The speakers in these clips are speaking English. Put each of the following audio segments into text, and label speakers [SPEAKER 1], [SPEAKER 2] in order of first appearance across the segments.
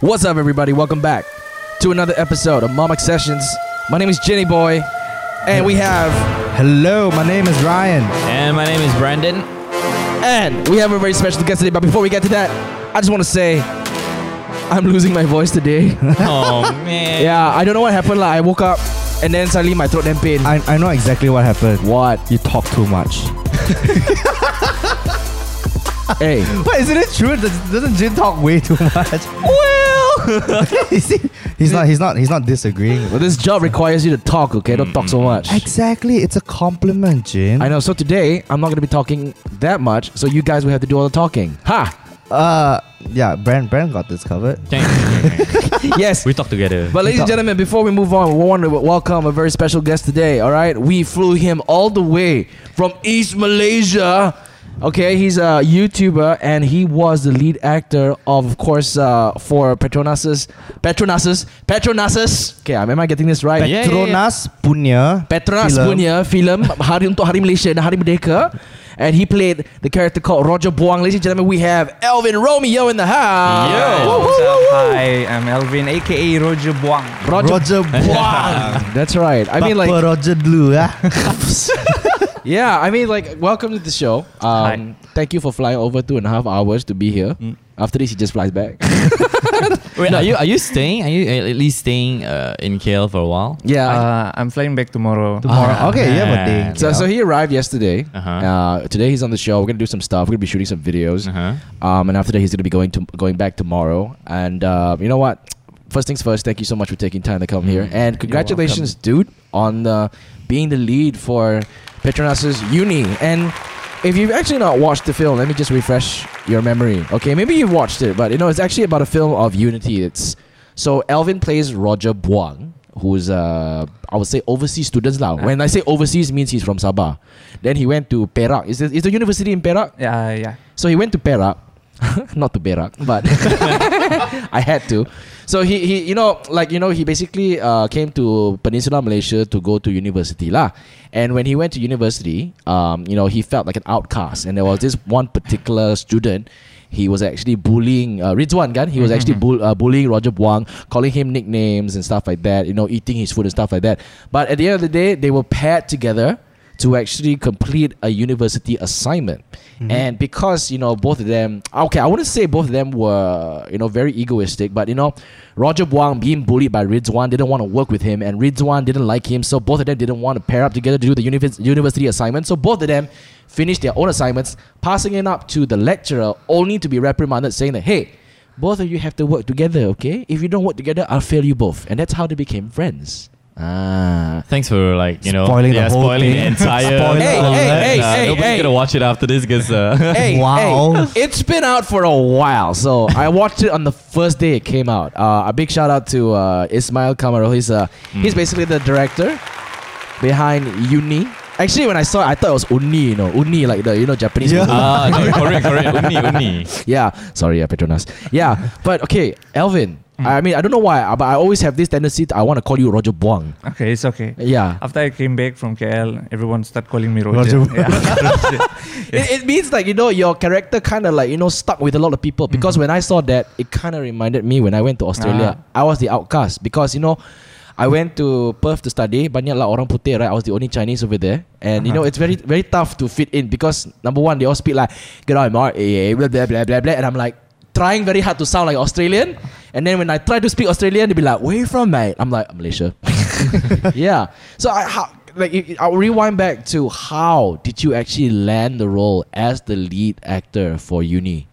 [SPEAKER 1] What's up, everybody? Welcome back to another episode of Momic Sessions. My name is Jenny Boy, and we have
[SPEAKER 2] Hello, my name is Ryan.
[SPEAKER 3] And my name is Brendan.
[SPEAKER 1] and we have a very special guest today. But before we get to that, I just want to say I'm losing my voice today.
[SPEAKER 3] Oh man.
[SPEAKER 1] yeah, I don't know what happened. Like, I woke up and then suddenly my throat damn pain.
[SPEAKER 2] I, I know exactly what happened.
[SPEAKER 1] what?
[SPEAKER 2] You talk too much.
[SPEAKER 1] hey,
[SPEAKER 2] But isn't it true? Does- Doesn't Jin talk way too much?
[SPEAKER 1] well,
[SPEAKER 2] You see, he's not. He's not. He's not disagreeing.
[SPEAKER 1] well, this job requires you to talk. Okay, don't talk so much.
[SPEAKER 2] Exactly. It's a compliment, Jin.
[SPEAKER 1] I know. So today I'm not gonna be talking that much. So you guys will have to do all the talking. Ha!
[SPEAKER 2] Uh, yeah. Brand. Brand got this covered.
[SPEAKER 3] Thank you, thank you.
[SPEAKER 1] Yes.
[SPEAKER 3] we talk together.
[SPEAKER 1] But ladies and gentlemen, before we move on, we want to welcome a very special guest today. All right, we flew him all the way from East Malaysia. Okay, he's a YouTuber and he was the lead actor of, of course, uh, for Petronas's Petronas's Petronas's. Okay, am I getting this right?
[SPEAKER 3] Yeah, yeah, yeah.
[SPEAKER 2] Petronas Punya.
[SPEAKER 1] Petronas
[SPEAKER 2] film.
[SPEAKER 1] punya film Hari untuk Hari Malaysia dan Hari Merdeka. And he played the character called Roger Buang. Ladies and gentlemen, we have Elvin Romeo in the house.
[SPEAKER 3] Yo.
[SPEAKER 1] Woo, woo,
[SPEAKER 4] What's
[SPEAKER 1] woo,
[SPEAKER 4] up?
[SPEAKER 1] woo.
[SPEAKER 4] Hi, I'm Elvin, aka Roger Buang.
[SPEAKER 1] Roger,
[SPEAKER 2] Roger Buang.
[SPEAKER 1] That's right. I mean, like,
[SPEAKER 2] Papa Roger Blue. Yeah.
[SPEAKER 1] Yeah, I mean, like, welcome to the show. Um, thank you for flying over two and a half hours to be here.
[SPEAKER 3] Mm.
[SPEAKER 1] After this, he just flies back.
[SPEAKER 3] Wait, are you are you staying? Are you at least staying uh, in KL for a while?
[SPEAKER 1] yeah.
[SPEAKER 4] Uh, I'm flying back tomorrow.
[SPEAKER 2] Tomorrow. Okay. You have a
[SPEAKER 3] man.
[SPEAKER 2] day.
[SPEAKER 1] so, so he arrived yesterday.
[SPEAKER 3] Uh-huh.
[SPEAKER 1] Uh, today he's on the show. We're gonna do some stuff. We're gonna be shooting some videos.
[SPEAKER 3] Uh-huh.
[SPEAKER 1] Um, and after that, he's gonna be going to going back tomorrow. And uh, you know what? First things first. Thank you so much for taking time to come here. And congratulations, dude, on uh, being the lead for Petronas's Uni. And if you've actually not watched the film, let me just refresh your memory. Okay, maybe you've watched it, but you know it's actually about a film of unity. It's so Elvin plays Roger Buang. Who's uh, I would say overseas students now. When I say overseas, means he's from Sabah. Then he went to Perak. Is there, is the university in Perak?
[SPEAKER 4] Yeah, yeah.
[SPEAKER 1] So he went to Perak, not to Perak, but I had to. So he, he you know like you know he basically uh, came to Peninsula Malaysia to go to university lah. And when he went to university, um, you know he felt like an outcast. And there was this one particular student. He was actually bullying uh, Ridwan Gan. He was actually bull, uh, bullying Roger Buang, calling him nicknames and stuff like that. You know, eating his food and stuff like that. But at the end of the day, they were paired together to actually complete a university assignment. And because, you know, both of them, ah, okay, I wouldn't say both of them were, you know, very egoistic, but, you know, Roger Buang being bullied by Ridwan didn't want to work with him, and Ridwan didn't like him, so both of them didn't want to pair up together to do the univ- university assignment. So both of them finished their own assignments, passing it up to the lecturer, only to be reprimanded, saying that, hey, both of you have to work together, okay? If you don't work together, I'll fail you both. And that's how they became friends. Ah.
[SPEAKER 3] Thanks for like you know
[SPEAKER 2] Spoiling the
[SPEAKER 3] yeah,
[SPEAKER 2] whole
[SPEAKER 3] spoiling
[SPEAKER 2] thing.
[SPEAKER 3] the entire.
[SPEAKER 2] Spoiling
[SPEAKER 1] Hey, the hey, whole hey, thing.
[SPEAKER 3] Nah,
[SPEAKER 1] hey,
[SPEAKER 3] nobody's
[SPEAKER 1] hey.
[SPEAKER 3] gonna watch it after this because uh,
[SPEAKER 1] hey,
[SPEAKER 2] Wow.
[SPEAKER 1] hey, it's been out for a while. So I watched it on the first day it came out. Uh, a big shout out to uh, Ismail Kamaro. He's uh,
[SPEAKER 2] Hmm.
[SPEAKER 1] he's basically the director behind Uni. Actually, when I saw it, I thought it was Uni, you know, Uni like the you know Japanese.
[SPEAKER 2] Yeah. Uh.
[SPEAKER 1] movie.
[SPEAKER 3] ah no, correct correct uni uni.
[SPEAKER 1] Yeah. Sorry, yeah, Petronas. Yeah, but okay, Elvin.
[SPEAKER 2] Hmm.
[SPEAKER 1] I mean, I don't know why, uh, but I always have this tendency. To, I want to call you Roger Buang.
[SPEAKER 4] Okay, it's okay.
[SPEAKER 1] Yeah,
[SPEAKER 4] After I came back from KL, everyone started calling me
[SPEAKER 2] Roger
[SPEAKER 4] Roger.
[SPEAKER 2] Buang.
[SPEAKER 4] Yeah.
[SPEAKER 1] It, it means like you know your character kind of like you know stuck with a lot of people because when I saw that it kind of reminded me when I went to Australia I was the outcast because you know I went to Perth to study banyaklah orang putih right I was the only Chinese over there and you know it's very very tough to fit in because number one they all speak like get out blah blah blah blah blah and I'm like trying very hard to sound like Australian and then when I try to speak Australian they'd be like where you from mate I'm like Malaysia yeah. So I how, like i- I'll rewind back to how did you actually land the role as the lead actor for Uni?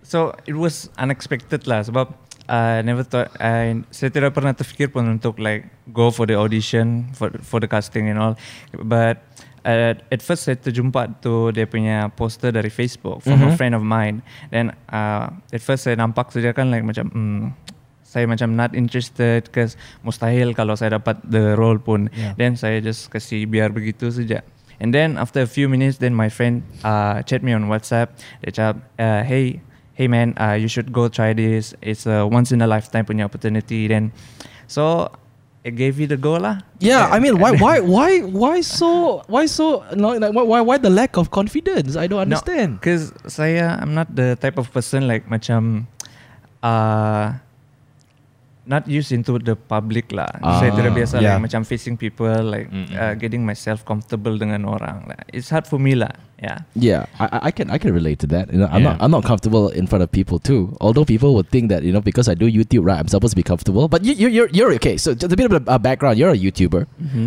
[SPEAKER 4] so it was unexpected lah sebab I never thought I saya tidak pernah terfikir pun untuk like go for the audition for for the casting and all but uh, at first saya terjumpa tu dia punya poster dari Facebook from a friend of mine then uh, at first saya nampak saja kan like macam hmm, saya macam not interested cause mustahil kalau saya dapat the role pun then saya just kasi biar begitu saja And then after a few minutes, then my friend uh, chat me on WhatsApp. They chat, uh, hey, hey man, uh, you should go try this. It's a once in a lifetime punya opportunity. Then, so I gave it a go lah.
[SPEAKER 1] Yeah, I mean, why,
[SPEAKER 4] and-
[SPEAKER 1] why, why, why so, why so, no, like, why, why, why the lack of confidence? I don't understand.
[SPEAKER 4] Because saya, I'm not the type of person like macam, uh, not used into the public lah.
[SPEAKER 1] Ah,
[SPEAKER 4] Saya tidak biasa
[SPEAKER 2] yeah.
[SPEAKER 4] like, macam facing people, like uh, getting myself comfortable dengan orang. Like, it's hard for me lah. Yeah.
[SPEAKER 1] Yeah, I- I, I can I can relate to that. You know, I'm
[SPEAKER 3] Yeah.
[SPEAKER 1] not I'm not comfortable in front of people too. Although people would think that you know because I do YouTube, right? I'm supposed to be comfortable. But you you you're, you're okay. So just a bit of a a background. You're a YouTuber,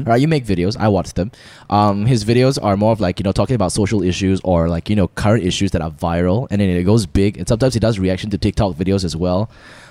[SPEAKER 1] right? You make videos. I watch them. Um, his videos are more of like you know talking about social issues or like you know current issues that are viral, and then it goes big. And sometimes he does reaction to TikTok videos as well.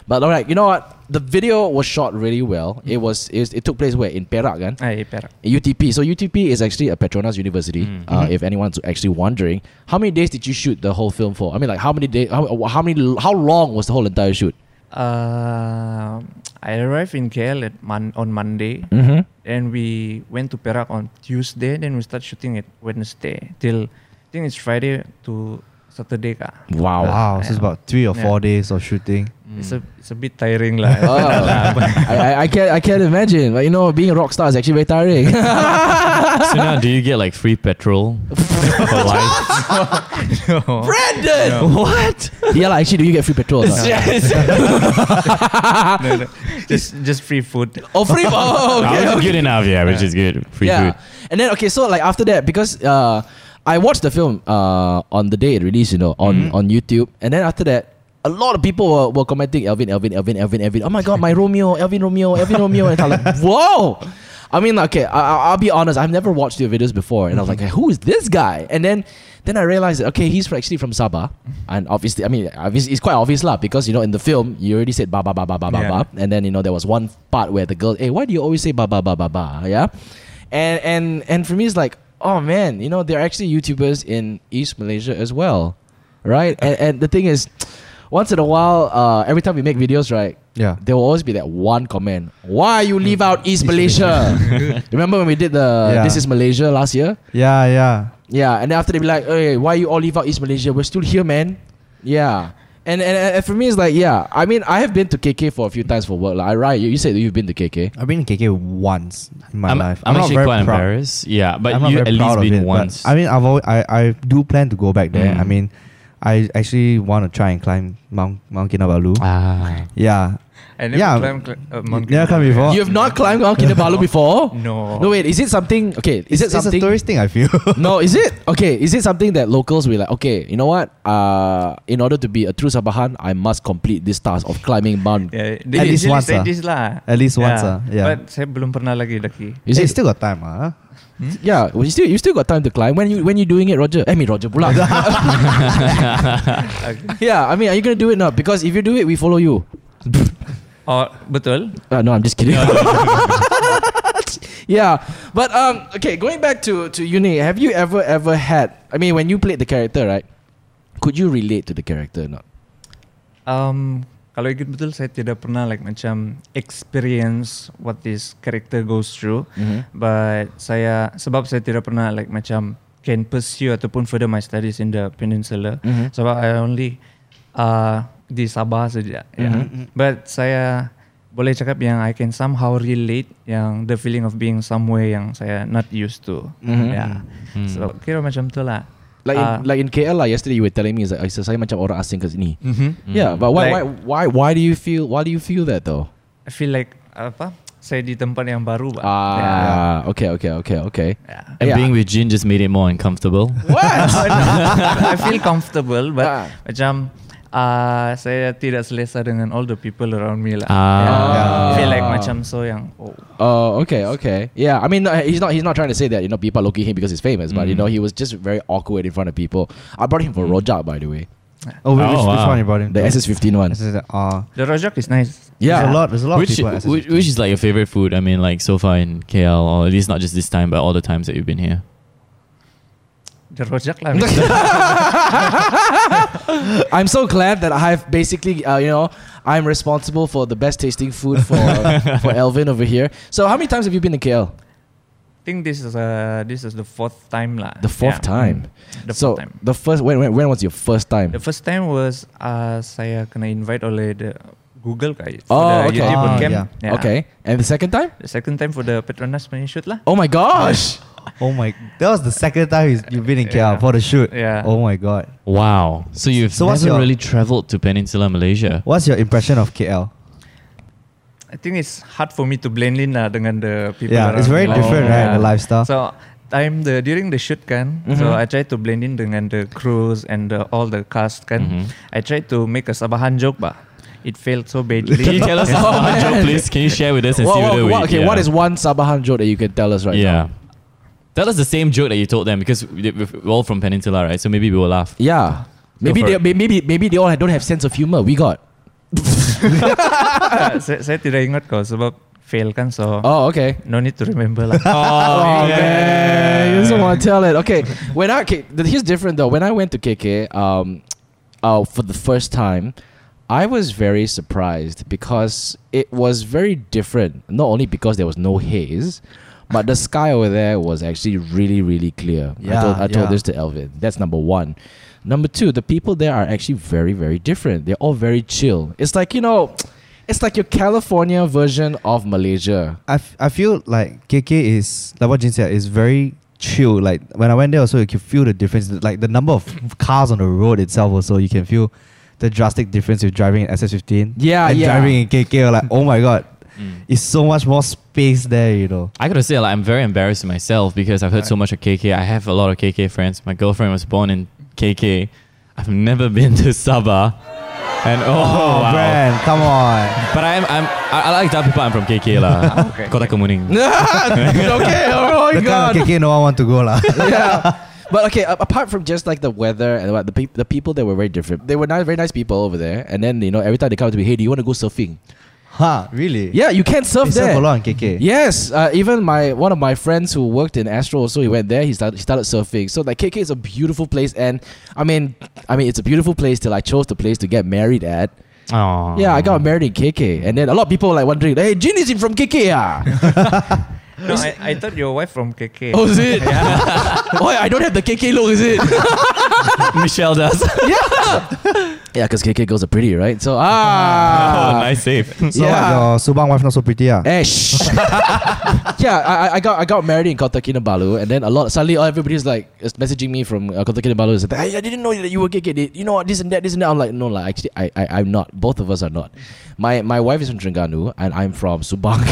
[SPEAKER 1] But all right, you know what? The video was shot really well. It was it, it took place where in Perak, kan?
[SPEAKER 4] I perak.
[SPEAKER 1] UTP. So UTP is actually a Petronas University. Uh, if anyone's actually wondering, how many days did you shoot the whole film for? I mean, like how many days? How, how many? How long was the whole entire shoot?
[SPEAKER 4] Uh, I arrived in KL at mon- on Monday,
[SPEAKER 1] Mm-hmm.
[SPEAKER 4] and we went to Perak on Tuesday. Then we start shooting it Wednesday till I think it's Friday to Saturday kah.
[SPEAKER 1] Wow.
[SPEAKER 2] Wow, so it's about three or
[SPEAKER 4] Yeah.
[SPEAKER 2] four days of shooting.
[SPEAKER 4] It's a it's a bit tiring lah.
[SPEAKER 1] Oh. I, I, I can't I can't imagine. But you know, being a rock star is actually very tiring.
[SPEAKER 3] so now, do you get like free petrol for life?
[SPEAKER 4] No.
[SPEAKER 1] Brandon, what? yeah, like, actually, do you get free petrol? or not?
[SPEAKER 2] ah.
[SPEAKER 4] no, no. Just just free food.
[SPEAKER 1] Oh, free. Oh, okay,
[SPEAKER 3] Ours is
[SPEAKER 1] okay.
[SPEAKER 3] good enough, yeah, which is good. Free
[SPEAKER 1] yeah.
[SPEAKER 3] food.
[SPEAKER 1] And then okay, so like after that, because uh, I watched the film uh, on the day it released, you know,
[SPEAKER 3] Mm-hmm.
[SPEAKER 1] on, on YouTube, and then after that, a lot of people were, were commenting Elvin, Elvin, Elvin, Elvin, Elvin. Oh my god, my Romeo, Elvin, Romeo, Elvin, Romeo, and I'm like, whoa. I mean, okay, I, I- I'll be honest. I've never watched your videos before, and I was like, "Who is this guy?" And then, then I realized, that, okay, he's fr- actually from Sabah, and obviously, I mean, obviously, it's quite obvious lah because you know in the film you already said ba ba ba ba ba ba
[SPEAKER 4] Yeah.
[SPEAKER 1] ba, and then you know there was one part where the girl, hey, why do you always say ba ba ba ba ba? Yeah, and and and for me it's like, oh man, you know there are actually YouTubers in East Malaysia as well, right? And, and the thing is, once in a while, uh, every time we make videos, right,
[SPEAKER 2] Yeah.
[SPEAKER 1] there will always be that one comment. Why you leave out East Malaysia? Remember when we did the
[SPEAKER 2] Yeah.
[SPEAKER 1] This is Malaysia last year?
[SPEAKER 2] Yeah, yeah.
[SPEAKER 1] Yeah, and then after they be like, "Hey, why you all leave out East Malaysia? We're still here, man." Yeah, and and, and for me, it's like, yeah. I mean, I have been to KK for a few times for work. Like, right? You, you said that you've been to KK.
[SPEAKER 2] I've been to KK once in my
[SPEAKER 3] I'm,
[SPEAKER 2] life.
[SPEAKER 3] I'm,
[SPEAKER 2] not very
[SPEAKER 3] actually quite
[SPEAKER 2] proud.
[SPEAKER 3] embarrassed. Yeah, but
[SPEAKER 2] I'm not
[SPEAKER 3] you
[SPEAKER 2] very
[SPEAKER 3] at
[SPEAKER 2] proud
[SPEAKER 3] least
[SPEAKER 2] of
[SPEAKER 3] been
[SPEAKER 2] it, but
[SPEAKER 3] once.
[SPEAKER 2] I mean, I've always, I, I do plan to go back there.
[SPEAKER 3] Mm.
[SPEAKER 2] I mean, I actually want to try and climb Mount Mount Kinabalu.
[SPEAKER 3] ah.
[SPEAKER 2] Yeah,
[SPEAKER 4] I never
[SPEAKER 2] Yeah.
[SPEAKER 4] climbed cl- uh, Mount
[SPEAKER 2] Never climbed
[SPEAKER 4] Kinabalu.
[SPEAKER 2] before? Oh.
[SPEAKER 1] You have not climbed Mount Kinabalu before.
[SPEAKER 4] No.
[SPEAKER 1] No wait, is it something? Okay, is it
[SPEAKER 2] It's-
[SPEAKER 1] something?
[SPEAKER 2] It's a tourist thing. I feel.
[SPEAKER 1] no, is it okay? Is it something that locals will like? Okay, you know what? Uh, in order to be a true Sabahan, I must complete this task of climbing Mount.
[SPEAKER 4] Yeah, they
[SPEAKER 2] At least
[SPEAKER 4] usually
[SPEAKER 2] once
[SPEAKER 4] say
[SPEAKER 2] ah.
[SPEAKER 4] this lah.
[SPEAKER 2] At least once ah, yeah.
[SPEAKER 4] But saya belum pernah lagi daki.
[SPEAKER 1] Is
[SPEAKER 2] Hey,
[SPEAKER 1] it
[SPEAKER 2] still got time, ah?
[SPEAKER 1] Yeah, well, you still you still got time to climb. When you when you doing it, Roger? I mean, Roger pula. yeah, I mean, are you gonna do it now? Because if you do it, we follow you.
[SPEAKER 4] Oh, betul.
[SPEAKER 1] Uh, no, I'm just kidding. yeah, but um, okay, going back to to uni, have you ever ever had? I mean, when you played the character, right? Could you relate to the character or not?
[SPEAKER 4] Um, kalau ikut betul saya tidak pernah like macam experience what this character goes through.
[SPEAKER 1] Mm-hmm.
[SPEAKER 4] But saya sebab saya tidak pernah like macam can pursue ataupun further my studies in the peninsula.
[SPEAKER 1] Mhm.
[SPEAKER 4] Sebab I only uh, di Sabah saja. Yeah.
[SPEAKER 1] Mm-hmm.
[SPEAKER 4] But saya boleh cakap yang I can somehow relate yang the feeling of being somewhere yang saya not used to.
[SPEAKER 1] Mhm.
[SPEAKER 4] Yeah. So kira macam tu lah.
[SPEAKER 1] Like in,
[SPEAKER 4] Ah.
[SPEAKER 1] like in KL lah, yesterday you were telling me is like, "Ay, saya macam orang asing kat sini.
[SPEAKER 4] Mhm.
[SPEAKER 1] Yeah, but why
[SPEAKER 4] Like-
[SPEAKER 1] why why why do you feel why do you feel that though?
[SPEAKER 4] I feel like apa? Saya di tempat yang baru pak. Ya.
[SPEAKER 1] Ah, okay, okay, okay, okay.
[SPEAKER 4] Yeah.
[SPEAKER 3] And
[SPEAKER 1] Yeah.
[SPEAKER 3] being with Jin just made it more uncomfortable.
[SPEAKER 4] What? I feel comfortable but
[SPEAKER 1] Ah.
[SPEAKER 4] macam uh, saya tidak selesa dengan all the people around me lah.
[SPEAKER 3] Ah.
[SPEAKER 4] Yeah.
[SPEAKER 1] Ah.
[SPEAKER 4] Feel like macam so yang oh.
[SPEAKER 1] Oh, okay, okay. Yeah, I mean, uh, he's not he's not trying to say that you know people are looking at him because he's famous, but you know he was just very awkward in front of people. I brought him for Rojak, by the way,
[SPEAKER 2] Oh, which,
[SPEAKER 3] Oh,
[SPEAKER 2] which
[SPEAKER 3] wow.
[SPEAKER 2] one you brought him?
[SPEAKER 1] the
[SPEAKER 2] to?
[SPEAKER 1] SS fifteen one.
[SPEAKER 2] This is, uh,
[SPEAKER 4] The rojak is nice.
[SPEAKER 1] Yeah,
[SPEAKER 2] There's a lot. There's a lot of
[SPEAKER 3] Which,
[SPEAKER 2] people. at SS15.
[SPEAKER 3] which, which is like your favorite food? I mean, like so far in KL, or at least not just this time, but all the times that you've been here.
[SPEAKER 4] The rojak lah.
[SPEAKER 1] I'm so glad that I've basically, uh, you know, I'm responsible for the best tasting food for for Elvin over here. So, how many times have you been to KL?
[SPEAKER 4] I think this is uh this is the fourth time lah.
[SPEAKER 1] The fourth
[SPEAKER 4] Yeah.
[SPEAKER 1] time.
[SPEAKER 4] The
[SPEAKER 1] so
[SPEAKER 4] fourth time.
[SPEAKER 1] the first when, when when was your first time?
[SPEAKER 4] The first time was uh, saya kena invite oleh the Google guys
[SPEAKER 1] Oh,
[SPEAKER 4] for the
[SPEAKER 1] okay.
[SPEAKER 4] YouTube
[SPEAKER 2] Ah,
[SPEAKER 4] bootcamp.
[SPEAKER 2] yeah.
[SPEAKER 1] Okay, and the second time?
[SPEAKER 4] The second time for the Petronas punya shoot lah.
[SPEAKER 1] Oh my gosh!
[SPEAKER 2] oh my! That was the second time he's, you've been in KL
[SPEAKER 4] Yeah.
[SPEAKER 2] for the shoot.
[SPEAKER 4] Yeah.
[SPEAKER 2] Oh my god!
[SPEAKER 3] Wow. So you've
[SPEAKER 2] So what's
[SPEAKER 3] never
[SPEAKER 2] your-
[SPEAKER 3] really traveled to Peninsula Malaysia.
[SPEAKER 2] What's your impression of KL?
[SPEAKER 4] I think it's hard for me to blend in lah dengan the people
[SPEAKER 2] Yeah,
[SPEAKER 4] around.
[SPEAKER 2] it's very
[SPEAKER 4] me.
[SPEAKER 2] different, right, the lifestyle.
[SPEAKER 4] So I'm the during the shoot kan, so I try to blend in dengan the crews and the, all the cast kan. I try to make a Sabahan joke but It failed so badly.
[SPEAKER 3] Can you tell us
[SPEAKER 4] Yeah.
[SPEAKER 3] about our joke, please? Can you share with us and
[SPEAKER 1] What-
[SPEAKER 3] see
[SPEAKER 1] what-
[SPEAKER 3] whether we
[SPEAKER 1] what- okay,
[SPEAKER 3] yeah.
[SPEAKER 1] what is one Sabahan joke that you can tell us right
[SPEAKER 3] yeah.
[SPEAKER 1] now?
[SPEAKER 3] Tell us the same joke that you told them because we did- we're all from Peninsula, right? So maybe we will laugh.
[SPEAKER 1] Yeah. Maybe they
[SPEAKER 3] for it.
[SPEAKER 1] may- maybe maybe they all don't have sense of humor. We got.
[SPEAKER 4] Tak, saya, saya tidak ingat kau sebab fail kan so
[SPEAKER 3] Uh-huh.
[SPEAKER 1] Oh, okay.
[SPEAKER 4] no need to remember lah.
[SPEAKER 1] Oh, man, you just want to tell it. Okay, when I okay, th- here's different though. When I went to KK, um, uh, for the first time, I was very surprised because it was very different. Not only because there was no haze, but the sky over there was actually really, really clear. I
[SPEAKER 2] Yeah,
[SPEAKER 1] told, I told
[SPEAKER 2] yeah.
[SPEAKER 1] this to Elvin. That's number one. Number two, the people there are actually very, very different. They're all very chill. It's like you know. It's like your California version of Malaysia.
[SPEAKER 2] I, f- I feel like KK is like what Jin said is very chill. Like when I went there also, you can feel the difference. Like the number of cars on the road itself also, you can feel the drastic difference with driving in SS15.
[SPEAKER 1] Yeah,
[SPEAKER 2] and
[SPEAKER 1] yeah.
[SPEAKER 2] driving in KK. Like oh my god,
[SPEAKER 3] Mm.
[SPEAKER 2] it's so much more space there. You know.
[SPEAKER 3] I gotta say, like, I'm very embarrassed myself because I've heard so much of KK. I have a lot of KK friends. My girlfriend was born in KK. I've never been to Sabah, and oh, wow.
[SPEAKER 2] man, come on.
[SPEAKER 3] But I'm, I'm, I, I like that people. I'm from KK lah.
[SPEAKER 4] Okay.
[SPEAKER 3] Kota Kemuning.
[SPEAKER 1] okay, oh my
[SPEAKER 2] the
[SPEAKER 1] god.
[SPEAKER 2] kind of KK no one want to go lah.
[SPEAKER 1] yeah. But okay, a- apart from just like the weather and what the peop the people that were very different. They were not very nice people over there. And then you know every time they come to me, hey, do you want to go surfing?
[SPEAKER 2] huh? Really?
[SPEAKER 1] Yeah, you can't surf
[SPEAKER 2] They
[SPEAKER 1] there.
[SPEAKER 2] surf a lot on KK.
[SPEAKER 1] Yes, uh, even my one of my friends who worked in Astro also he went there. He started he started surfing. So like KK is a beautiful place, and I mean, I mean it's a beautiful place till I chose the place to get married at.
[SPEAKER 3] Oh.
[SPEAKER 1] Yeah, I got married in KK, and then a lot of people were like wondering, hey, Jin is in from KK ah?
[SPEAKER 4] no, I, I thought your wife from KK.
[SPEAKER 1] oh, is it? oh, I don't have the KK look, is it?
[SPEAKER 3] Michelle does.
[SPEAKER 1] Yeah, because KK girls are pretty, right? So
[SPEAKER 3] oh,
[SPEAKER 1] ah,
[SPEAKER 3] nice save.
[SPEAKER 2] So
[SPEAKER 1] Yeah.
[SPEAKER 2] what, your Subang wife not so pretty ah.
[SPEAKER 1] Eh, shh. yeah, I, I- I got I got married in Kota Kinabalu, and then a lot suddenly oh, everybody's like is messaging me from uh, Kota Kinabalu. Is like, I, I didn't know that you were KK. They- You know what, this and that, this and that. I'm like, no, like actually, I, I I'm not. Both of us are not. My my wife is from Terengganu, and I'm from Subang.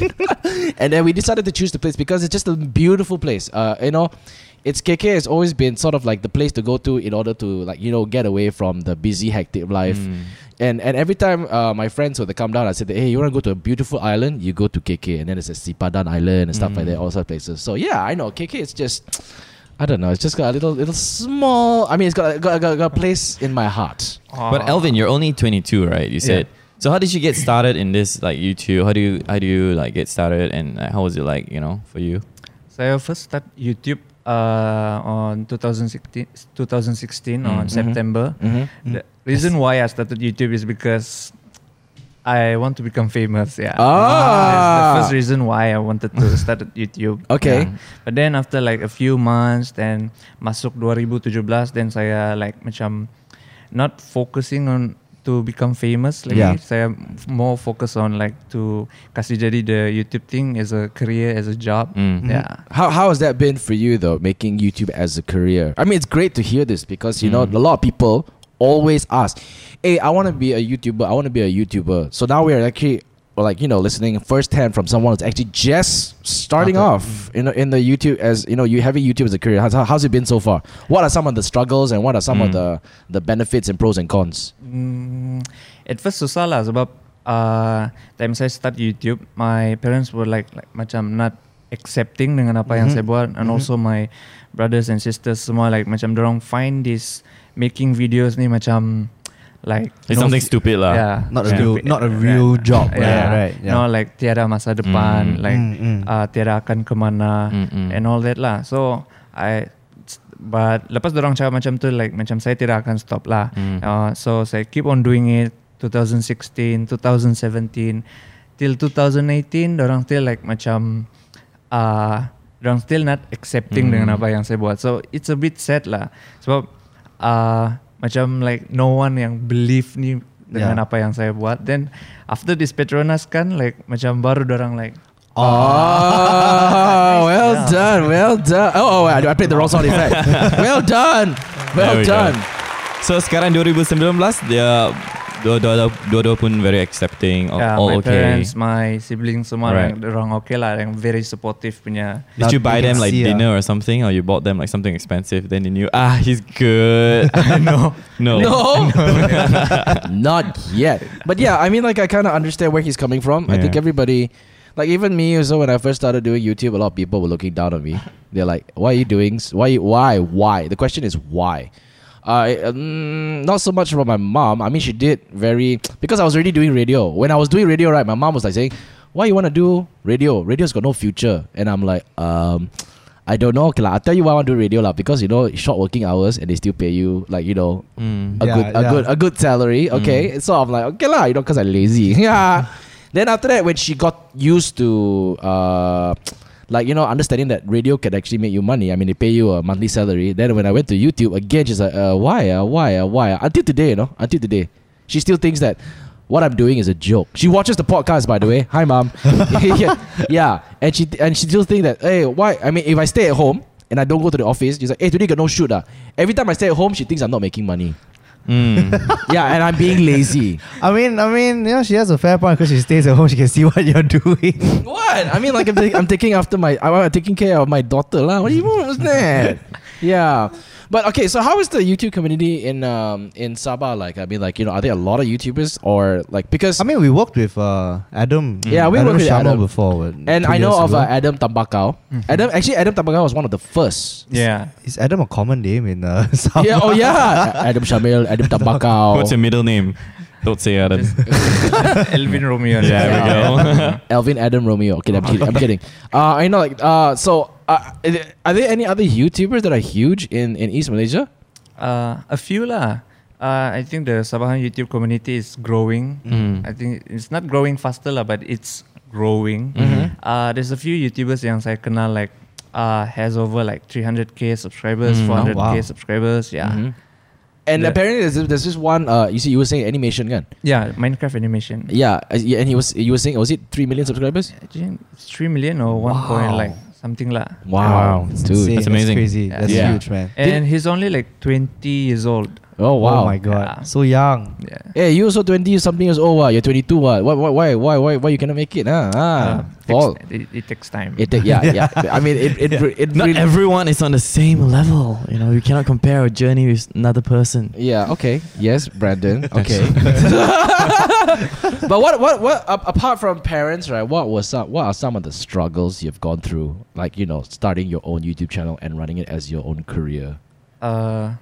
[SPEAKER 1] and then we decided to choose the place because it's just a beautiful place. Uh, you know. It's KK has always been sort of like the place to go to in order to like you know get away from the busy hectic life,
[SPEAKER 3] Mm. Hmm.
[SPEAKER 1] and and every time uh, my friends would come down, I said, that, hey, you want to go to a beautiful island? You go to KK, and then it's a Sipadan Island and stuff like that, all sorts of places. So yeah, I know KK is just, I don't know, it's just got a little little small. I mean, it's got a- got, got, got a place in my heart.
[SPEAKER 4] Oh.
[SPEAKER 3] But Elvin, you're only 22, right? You said. So how did you get started in this, like YouTube? How do you, how do you like get started, and like, how was it like, you know, for you?
[SPEAKER 4] Saya first start YouTube uh, on 2016, 2016 on September.
[SPEAKER 1] Mm-hmm.
[SPEAKER 4] The reason why I started YouTube is because I want to become famous. Yeah,
[SPEAKER 1] Ah.
[SPEAKER 4] that's the first reason why I wanted to start at YouTube.
[SPEAKER 1] Okay.
[SPEAKER 4] Yeah. But then after like a few months, then masuk 2017, then saya like macam not focusing on to become famous lagi.
[SPEAKER 2] Yeah.
[SPEAKER 4] Saya more focus on like to kasih jadi the YouTube thing as a career, as a job.
[SPEAKER 3] Mm.
[SPEAKER 4] Yeah.
[SPEAKER 1] How, how has that been for you though, making YouTube as a career? I mean, it's great to hear this because you know
[SPEAKER 3] Mm.
[SPEAKER 1] a lot of people always ask, "Hey, I want to be a YouTuber. I want to be a YouTuber." So now we are actually well, like you know listening firsthand from someone who's actually just starting
[SPEAKER 2] Started.
[SPEAKER 1] off in in the YouTube as you know you having YouTube as a career. How's, how's it been so far? What are some of the struggles and what are some of
[SPEAKER 3] Mm.
[SPEAKER 1] the the benefits and pros and cons?
[SPEAKER 4] Mm, at first susah lah sebab uh, time saya start YouTube, my parents were like, like macam not accepting dengan apa
[SPEAKER 2] Mm-hmm.
[SPEAKER 4] yang saya buat and also my brothers and sisters semua like macam dorong find this making videos ni macam like
[SPEAKER 3] It's
[SPEAKER 4] no
[SPEAKER 3] something
[SPEAKER 4] fu-
[SPEAKER 3] stupid lah.
[SPEAKER 4] Yeah,
[SPEAKER 2] Not a
[SPEAKER 4] yeah.
[SPEAKER 2] real, not a real job. Yeah, right. Yeah.
[SPEAKER 4] No, like tiada masa depan,
[SPEAKER 3] Mm.
[SPEAKER 4] like
[SPEAKER 2] Mm, mm.
[SPEAKER 4] uh, tiada akan kemana,
[SPEAKER 3] Mm, mm.
[SPEAKER 4] and all that lah. So I, but lepas dorang cakap macam tu, like macam saya tidak akan stop lah.
[SPEAKER 3] Mm.
[SPEAKER 4] Uh, so saya keep on doing it. 2016, 2017, till 2018, dorang still like macam, uh, dorang still not
[SPEAKER 3] Mm.
[SPEAKER 4] accepting dengan apa yang saya buat. So it's a bit sad lah. Sebab uh, macam like no one yang believe ni dengan
[SPEAKER 2] Yeah.
[SPEAKER 4] apa yang saya buat then after this Petronas kan like macam baru orang like
[SPEAKER 3] Ah.
[SPEAKER 1] Oh, well done, well done. Oh, oh I, I played the wrong sound effect. well done,
[SPEAKER 3] There
[SPEAKER 1] well
[SPEAKER 3] we go.
[SPEAKER 1] done.
[SPEAKER 3] So sekarang 2019, dia dua-dua dua-dua pun very accepting, all,
[SPEAKER 4] yeah,
[SPEAKER 3] all
[SPEAKER 4] my
[SPEAKER 3] okay.
[SPEAKER 4] parents, my siblings semua
[SPEAKER 3] Alright.
[SPEAKER 4] orang, orang okay lah, yang very supportive punya.
[SPEAKER 3] Did you buy
[SPEAKER 2] Nothing
[SPEAKER 3] them like
[SPEAKER 2] see, ah.
[SPEAKER 3] dinner or something, or you bought them like something expensive? Then they knew, ah, he's good. no, no,
[SPEAKER 1] No, not yet. But yeah, I mean, like I kind of understand where he's coming from. I think
[SPEAKER 3] Yeah.
[SPEAKER 1] everybody, like even me, so when I first started doing YouTube, a lot of people were looking down on me. They're like, "Why are you doing? s- Why? you- Why? Why?" The question is why. I mm, not so much from my mom. I mean, she did very because I was already doing radio. When I was doing radio, right, my mom was like saying, "Why you want to do radio? Radio's got no future." And I'm like, um. I don't know. Okay, lah. I'll tell you why I want to do radio lah because you know short working hours and they still pay you like you know
[SPEAKER 3] Mm.
[SPEAKER 1] a
[SPEAKER 2] Yeah,
[SPEAKER 1] good a
[SPEAKER 2] yeah. Mm.
[SPEAKER 1] good a good salary. Okay, so I'm like okay lah, you know, because I'm lazy. Yeah. then after that, when she got used to uh, like you know understanding that radio can actually make you money. I mean, they pay you a monthly salary. Then when I went to YouTube again, she's like, uh, why, uh, why, uh, why? Until today, you know, until today, she still thinks that. What I'm doing is a joke. She watches the podcast, by the way. Hi, mom. yeah, yeah, and she and she still think that, hey, why? I mean, if I stay at home and I don't go to the office, she's like, hey, today you got no shoot, ah. Every time I stay at home, she thinks I'm not making money
[SPEAKER 3] Mm.
[SPEAKER 1] yeah, and I'm being lazy.
[SPEAKER 2] I mean, I mean, you know, she has a fair point because she stays at home. She can see what you're doing.
[SPEAKER 1] what? I mean, like I'm, i I'm taking after my, I'm, uh, taking care of my daughter, lah. What do you want? that? yeah, but okay. So how is the YouTube community in um in Sabah like? I mean, like you know, are there a lot of YouTubers or like because
[SPEAKER 2] I mean, we worked with uh, Adam.
[SPEAKER 1] Mm. Yeah, we worked with
[SPEAKER 2] Sharma
[SPEAKER 1] Adam.
[SPEAKER 2] before. but
[SPEAKER 1] and
[SPEAKER 2] two
[SPEAKER 1] I know
[SPEAKER 2] years
[SPEAKER 1] of uh,
[SPEAKER 2] ago.
[SPEAKER 1] Adam Tambakau. Adam actually Adam Tambakau was one of the first.
[SPEAKER 4] Yeah.
[SPEAKER 2] Is Adam a common name in uh, Sabah?
[SPEAKER 1] Yeah. Oh yeah. Adam Shamil. Adam Tambakau.
[SPEAKER 3] What's your middle name? Don't say Adam.
[SPEAKER 4] Just- Elvin Romeo.
[SPEAKER 3] there we go.
[SPEAKER 1] Elvin Adam Romeo. Okay, I'm kidding. I'm kidding. Uh, I know. Like, uh, so uh, is it- are there any other YouTubers that are huge in in East Malaysia?
[SPEAKER 4] Uh, a few lah. Uh, I think the Sabahan YouTube community is growing.
[SPEAKER 3] Mm.
[SPEAKER 4] I think it's not growing faster lah, but it's growing.
[SPEAKER 3] Mhm.
[SPEAKER 4] Uh, there's a few YouTubers yang saya kenal like uh, has over like 300k subscribers,
[SPEAKER 3] Mm. Mm-hmm.
[SPEAKER 4] 400k
[SPEAKER 2] Oh, wow.
[SPEAKER 4] subscribers. Yeah,
[SPEAKER 1] Mhm. And
[SPEAKER 4] Yeah.
[SPEAKER 1] apparently, there's, there's this one. Uh, you see, you were saying animation gun.
[SPEAKER 4] yeah. Minecraft animation.
[SPEAKER 1] Yeah, as- yeah, and he was you were saying was it three million subscribers?
[SPEAKER 4] I think it's three million or one point
[SPEAKER 2] Wow.
[SPEAKER 4] like something lah.
[SPEAKER 1] Wow,
[SPEAKER 3] Wow.
[SPEAKER 1] dude.
[SPEAKER 2] Insane.
[SPEAKER 3] That's amazing.
[SPEAKER 2] crazy.
[SPEAKER 4] Yeah.
[SPEAKER 2] That's
[SPEAKER 1] Yeah.
[SPEAKER 2] huge, man.
[SPEAKER 4] And he's only like 20 years old.
[SPEAKER 1] Oh wow.
[SPEAKER 2] Oh my god,
[SPEAKER 4] Yeah.
[SPEAKER 2] so young.
[SPEAKER 4] Yeah.
[SPEAKER 1] Hey, you also twenty something years old. What? You're twenty two. What? Why? Why? Why? Why? Why? Why you cannot make it? Ah, ah.
[SPEAKER 4] Uh,
[SPEAKER 1] fall.
[SPEAKER 4] takes- it, it takes time.
[SPEAKER 1] It take, yeah, yeah. I mean, it it it,
[SPEAKER 3] Not
[SPEAKER 1] really-
[SPEAKER 3] everyone is on the same level. You know, you cannot compare a journey with another person.
[SPEAKER 1] Yeah. Okay. Yes, Brandon. Okay. but what? What? What? a- apart from parents, right? What was some? What are some of the struggles you've gone through? Like you know, starting your own YouTube channel and running it as your own career.
[SPEAKER 4] uh,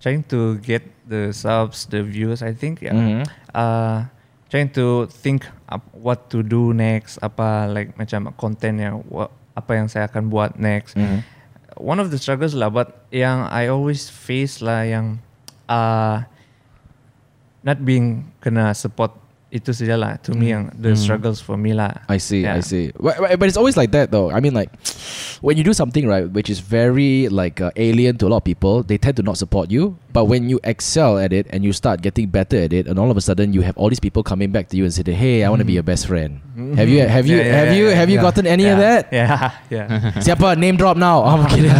[SPEAKER 4] trying to get the subs, the views. I think yeah.
[SPEAKER 1] Mhm.
[SPEAKER 4] Uh, trying to think up what to do next. Apa like macam content yang wa- apa yang saya akan buat next.
[SPEAKER 1] Mhm.
[SPEAKER 4] One of the struggles lah, but yang I always face lah yang uh, not being kena support itu saja lah to me yang the struggles for me lah.
[SPEAKER 1] Mm. I see, I
[SPEAKER 4] Yeah.
[SPEAKER 1] see. Wh- wh- But it's always like that, though. I mean, like when you do something right, which is very like uh, alien to a lot of people, they tend to not support you. But when you excel at it and you start getting better at it, and all of a sudden you have all these people coming back to you and say, that, "Hey, I want to be your best friend." Have you? Have you?
[SPEAKER 4] Mm. Mm-hmm. Yeah, yeah,
[SPEAKER 1] have
[SPEAKER 4] yeah,
[SPEAKER 1] you?
[SPEAKER 4] yeah,
[SPEAKER 1] have you
[SPEAKER 2] yeah.
[SPEAKER 1] gotten any
[SPEAKER 4] yeah.
[SPEAKER 1] of that?
[SPEAKER 4] Yeah, yeah.
[SPEAKER 2] Mm-hmm.
[SPEAKER 1] Siapa name drop now? Oh, I'm kidding.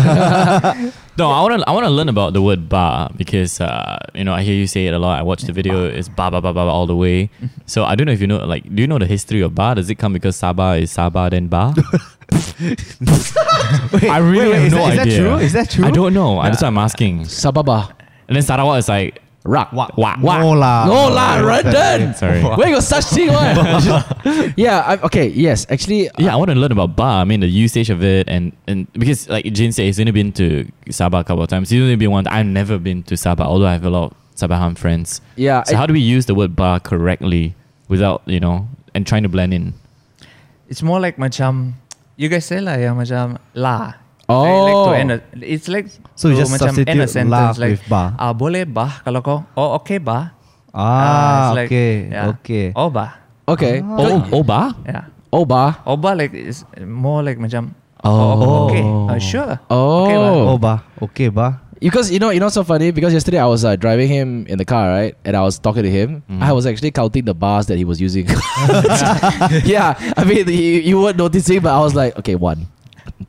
[SPEAKER 3] No, I want to. I want to learn about the word "ba" because uh, you know I hear you say it a lot. I watch the video. It's "ba ba ba ba ba" all the way. So I don't know if you know. Like, do you know the history of "ba"? Does it come because Sabah is Sabah then "ba"?
[SPEAKER 2] Wait,
[SPEAKER 3] I
[SPEAKER 2] wait,
[SPEAKER 3] really
[SPEAKER 2] wait,
[SPEAKER 3] have
[SPEAKER 2] is
[SPEAKER 3] no
[SPEAKER 2] that,
[SPEAKER 3] idea.
[SPEAKER 2] Is that true? Is that true?
[SPEAKER 3] I don't know. That's why I'm asking.
[SPEAKER 1] Sababa.
[SPEAKER 3] And then Sarawak is like
[SPEAKER 1] Rock.
[SPEAKER 2] Wah,
[SPEAKER 3] Wah.
[SPEAKER 2] No lah.
[SPEAKER 1] No
[SPEAKER 3] Ah,
[SPEAKER 1] lah, Brandon.
[SPEAKER 3] Sorry.
[SPEAKER 1] Where got such thing? One? yeah. I, okay. Yes. Actually. uh,
[SPEAKER 3] Yeah, I want to learn about bar. I mean, the usage of it, and, and because like Jin said, he's only been to Sabah a couple of times. He's only been one. I've never been to Sabah, although I have a lot of Sabahan friends.
[SPEAKER 1] Yeah.
[SPEAKER 3] So
[SPEAKER 1] I-
[SPEAKER 3] how do we use the word bar correctly without you know and trying to blend in?
[SPEAKER 4] It's more like macam you guys say lah yang macam la.
[SPEAKER 1] Oh.
[SPEAKER 4] Like, like to end a, it's like
[SPEAKER 2] So you
[SPEAKER 4] to
[SPEAKER 2] just substitute la with ba.
[SPEAKER 4] Ah boleh ba kalau kau. Oh okay ba.
[SPEAKER 2] Ah,
[SPEAKER 4] it's like,
[SPEAKER 2] okay,
[SPEAKER 4] yeah.
[SPEAKER 2] okay.
[SPEAKER 4] Oh ba.
[SPEAKER 1] okay.
[SPEAKER 3] Oh, oh bar.
[SPEAKER 4] Yeah.
[SPEAKER 1] Oba.
[SPEAKER 4] Oh ba like is more like macam
[SPEAKER 3] Oh.
[SPEAKER 4] okay. Uh, sure.
[SPEAKER 1] Oh.
[SPEAKER 4] Okay, ba.
[SPEAKER 2] Oh, bah. Okay, bah.
[SPEAKER 1] Because you know, you know, so funny. Because yesterday I was uh, driving him in the car, right, and I was talking to him. I was actually counting the bars that he was using. yeah, I mean, you, you weren't noticing, but I was like, okay, one,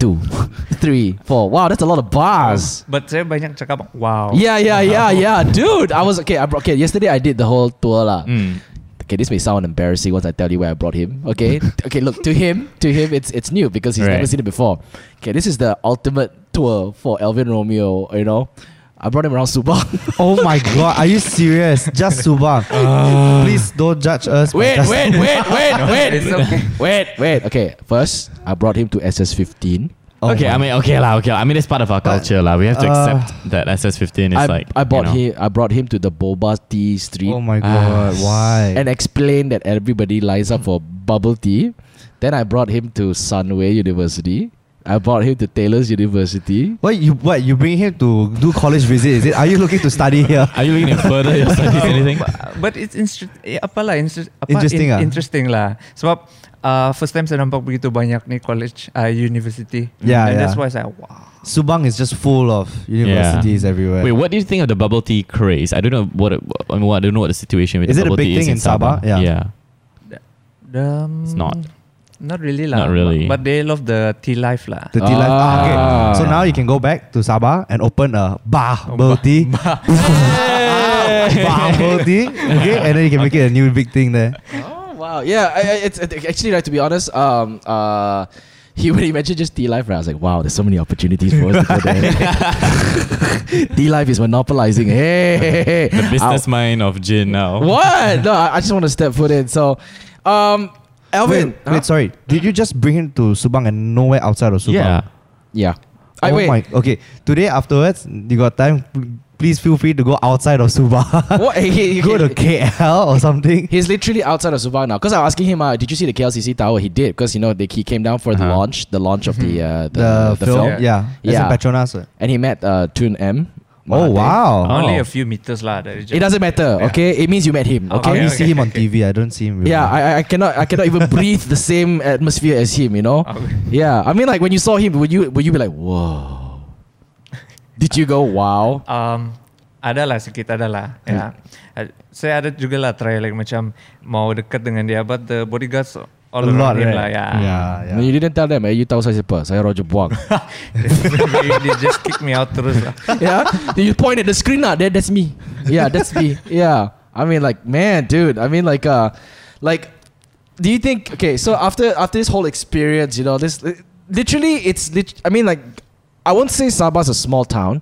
[SPEAKER 1] two, three, four. Wow, that's a lot of bars.
[SPEAKER 4] But saya banyak cakap wow.
[SPEAKER 1] Yeah, yeah, yeah, yeah, dude. I was okay. I brought, okay. Yesterday I did the whole tour lah.
[SPEAKER 3] Mm.
[SPEAKER 1] Okay, this may sound embarrassing once I tell you where I brought him. Okay, okay. Look to him, to him, it's it's new because he's never
[SPEAKER 3] Right.
[SPEAKER 1] seen it before. Okay, this is the ultimate tour for Elvin Romeo. You know, I brought him around Subang.
[SPEAKER 2] Oh my god, are you serious? Just Subang.
[SPEAKER 3] Uh.
[SPEAKER 2] Please don't judge us. but
[SPEAKER 1] wait,
[SPEAKER 2] just-
[SPEAKER 1] wait, wait, wait, wait,
[SPEAKER 4] It's okay.
[SPEAKER 1] wait, wait. Okay, first I brought him to SS15.
[SPEAKER 2] Oh my-
[SPEAKER 3] okay, I mean, okay lah, okay lah. I mean, it's part of our culture lah. We have to accept that SS15 is
[SPEAKER 1] I,
[SPEAKER 3] like.
[SPEAKER 1] I brought
[SPEAKER 3] you know,
[SPEAKER 1] him. I brought him to the Boba Tea Street. Ah.
[SPEAKER 2] Oh my god, why?
[SPEAKER 1] and explained that everybody lines up for bubble tea. Then I brought him to Sunway University. I brought him to Taylor's University.
[SPEAKER 2] what you what you bring him to do college visit? Is it? Are you looking to study here?
[SPEAKER 3] Are you looking to further your studies? Anything?
[SPEAKER 4] Uh, But it's instru- eh, apalah instru- apa,
[SPEAKER 2] Interesting
[SPEAKER 4] in-
[SPEAKER 2] ah.
[SPEAKER 4] interesting lah. Sebab uh, first time saya nampak begitu banyak ni college, uh, university.
[SPEAKER 2] Yeah,
[SPEAKER 4] And
[SPEAKER 2] yeah.
[SPEAKER 4] that's why saya wow.
[SPEAKER 2] Subang is just full of universities everywhere.
[SPEAKER 3] Wait, what do you think of the bubble tea craze? I don't know what. It, I mean, what, I don't know what the situation with
[SPEAKER 2] Is
[SPEAKER 3] the
[SPEAKER 2] it a
[SPEAKER 3] bubble
[SPEAKER 2] big
[SPEAKER 3] tea is
[SPEAKER 2] thing
[SPEAKER 3] in
[SPEAKER 2] in Sabah?
[SPEAKER 3] Sabah.
[SPEAKER 2] Yeah.
[SPEAKER 4] Um,
[SPEAKER 3] It's not.
[SPEAKER 4] Not really lah.
[SPEAKER 3] Not really.
[SPEAKER 4] But they love the tea life lah.
[SPEAKER 2] The tea life. Ah, okay.
[SPEAKER 1] Ah.
[SPEAKER 2] So now you can go back to Sabah and open a
[SPEAKER 3] Oh,
[SPEAKER 2] bar bubble tea. Bar bubble tea. Okay, and then you can make it a new big thing there.
[SPEAKER 1] Oh wow! Yeah, I, I, it's it- actually like to be honest. Um, uh, he when he mentioned just T Life, right, I was like, wow, there's so many opportunities for us to go there. T Life is monopolizing. Hey, hey, hey.
[SPEAKER 3] The business mind of gin now.
[SPEAKER 1] What? No, I, I just want to step foot in. So, um, Elvin.
[SPEAKER 2] Wait, wait,
[SPEAKER 1] huh?
[SPEAKER 2] sorry. Did you just bring him to Subang and nowhere outside of Subang?
[SPEAKER 3] Yeah.
[SPEAKER 1] Yeah. I
[SPEAKER 2] oh
[SPEAKER 1] wait.
[SPEAKER 2] my. Okay. Today afterwards, you got time? p- Please feel free to go outside of Subang.
[SPEAKER 1] What? He, he-
[SPEAKER 2] go to KL or something.
[SPEAKER 1] He's literally outside of Subang now. Because I was asking him, uh, did you see the KLCC tower? He did. Because, you know, they, he came down for the
[SPEAKER 3] Uh-huh.
[SPEAKER 1] launch, the launch of the, uh, the,
[SPEAKER 2] Mm-hmm. The,
[SPEAKER 1] the
[SPEAKER 2] film,
[SPEAKER 1] film.
[SPEAKER 2] yeah, It's in
[SPEAKER 1] Yeah.
[SPEAKER 2] Petronas. eh?
[SPEAKER 1] And he met uh, Toon M.
[SPEAKER 2] Oh
[SPEAKER 1] Mahathir.
[SPEAKER 2] wow!
[SPEAKER 3] Oh.
[SPEAKER 4] Only a few meters lah dari
[SPEAKER 1] It doesn't matter,
[SPEAKER 4] Yeah.
[SPEAKER 1] okay? It means you met
[SPEAKER 3] Oh,
[SPEAKER 1] him,
[SPEAKER 4] Okay,
[SPEAKER 2] I
[SPEAKER 1] okay?
[SPEAKER 2] only
[SPEAKER 4] okay,
[SPEAKER 2] see him on
[SPEAKER 4] okay.
[SPEAKER 2] TV. I don't see him. Really.
[SPEAKER 1] Yeah, I, I- I cannot I cannot even breathe the same atmosphere as him, you know?
[SPEAKER 4] Okay.
[SPEAKER 1] Yeah. I mean like when you saw him, would you would you be like, Whoa. Did you go wow?
[SPEAKER 4] Um, ada lah sedikit ada lah.
[SPEAKER 2] Hmm.
[SPEAKER 4] Ya. Uh, Saya ada juga lah try like macam mau dekat dengan dia, but the bodyguards all
[SPEAKER 2] a lot,
[SPEAKER 4] around him
[SPEAKER 2] right?
[SPEAKER 4] lah. Ya.
[SPEAKER 2] yeah,
[SPEAKER 1] No, you didn't tell them, eh? You tahu saya siapa? Saya Roger Buang.
[SPEAKER 4] they, they just kick me out terus lah.
[SPEAKER 1] yeah. Then you point at the screen now. That, that's me. Yeah, that's me. Yeah. I mean, like, man, dude. I mean, like, uh, like, do you think? Okay, so after after this whole experience, you know, this li- literally, it's lit- I mean, like, I won't say Sabah's a small town.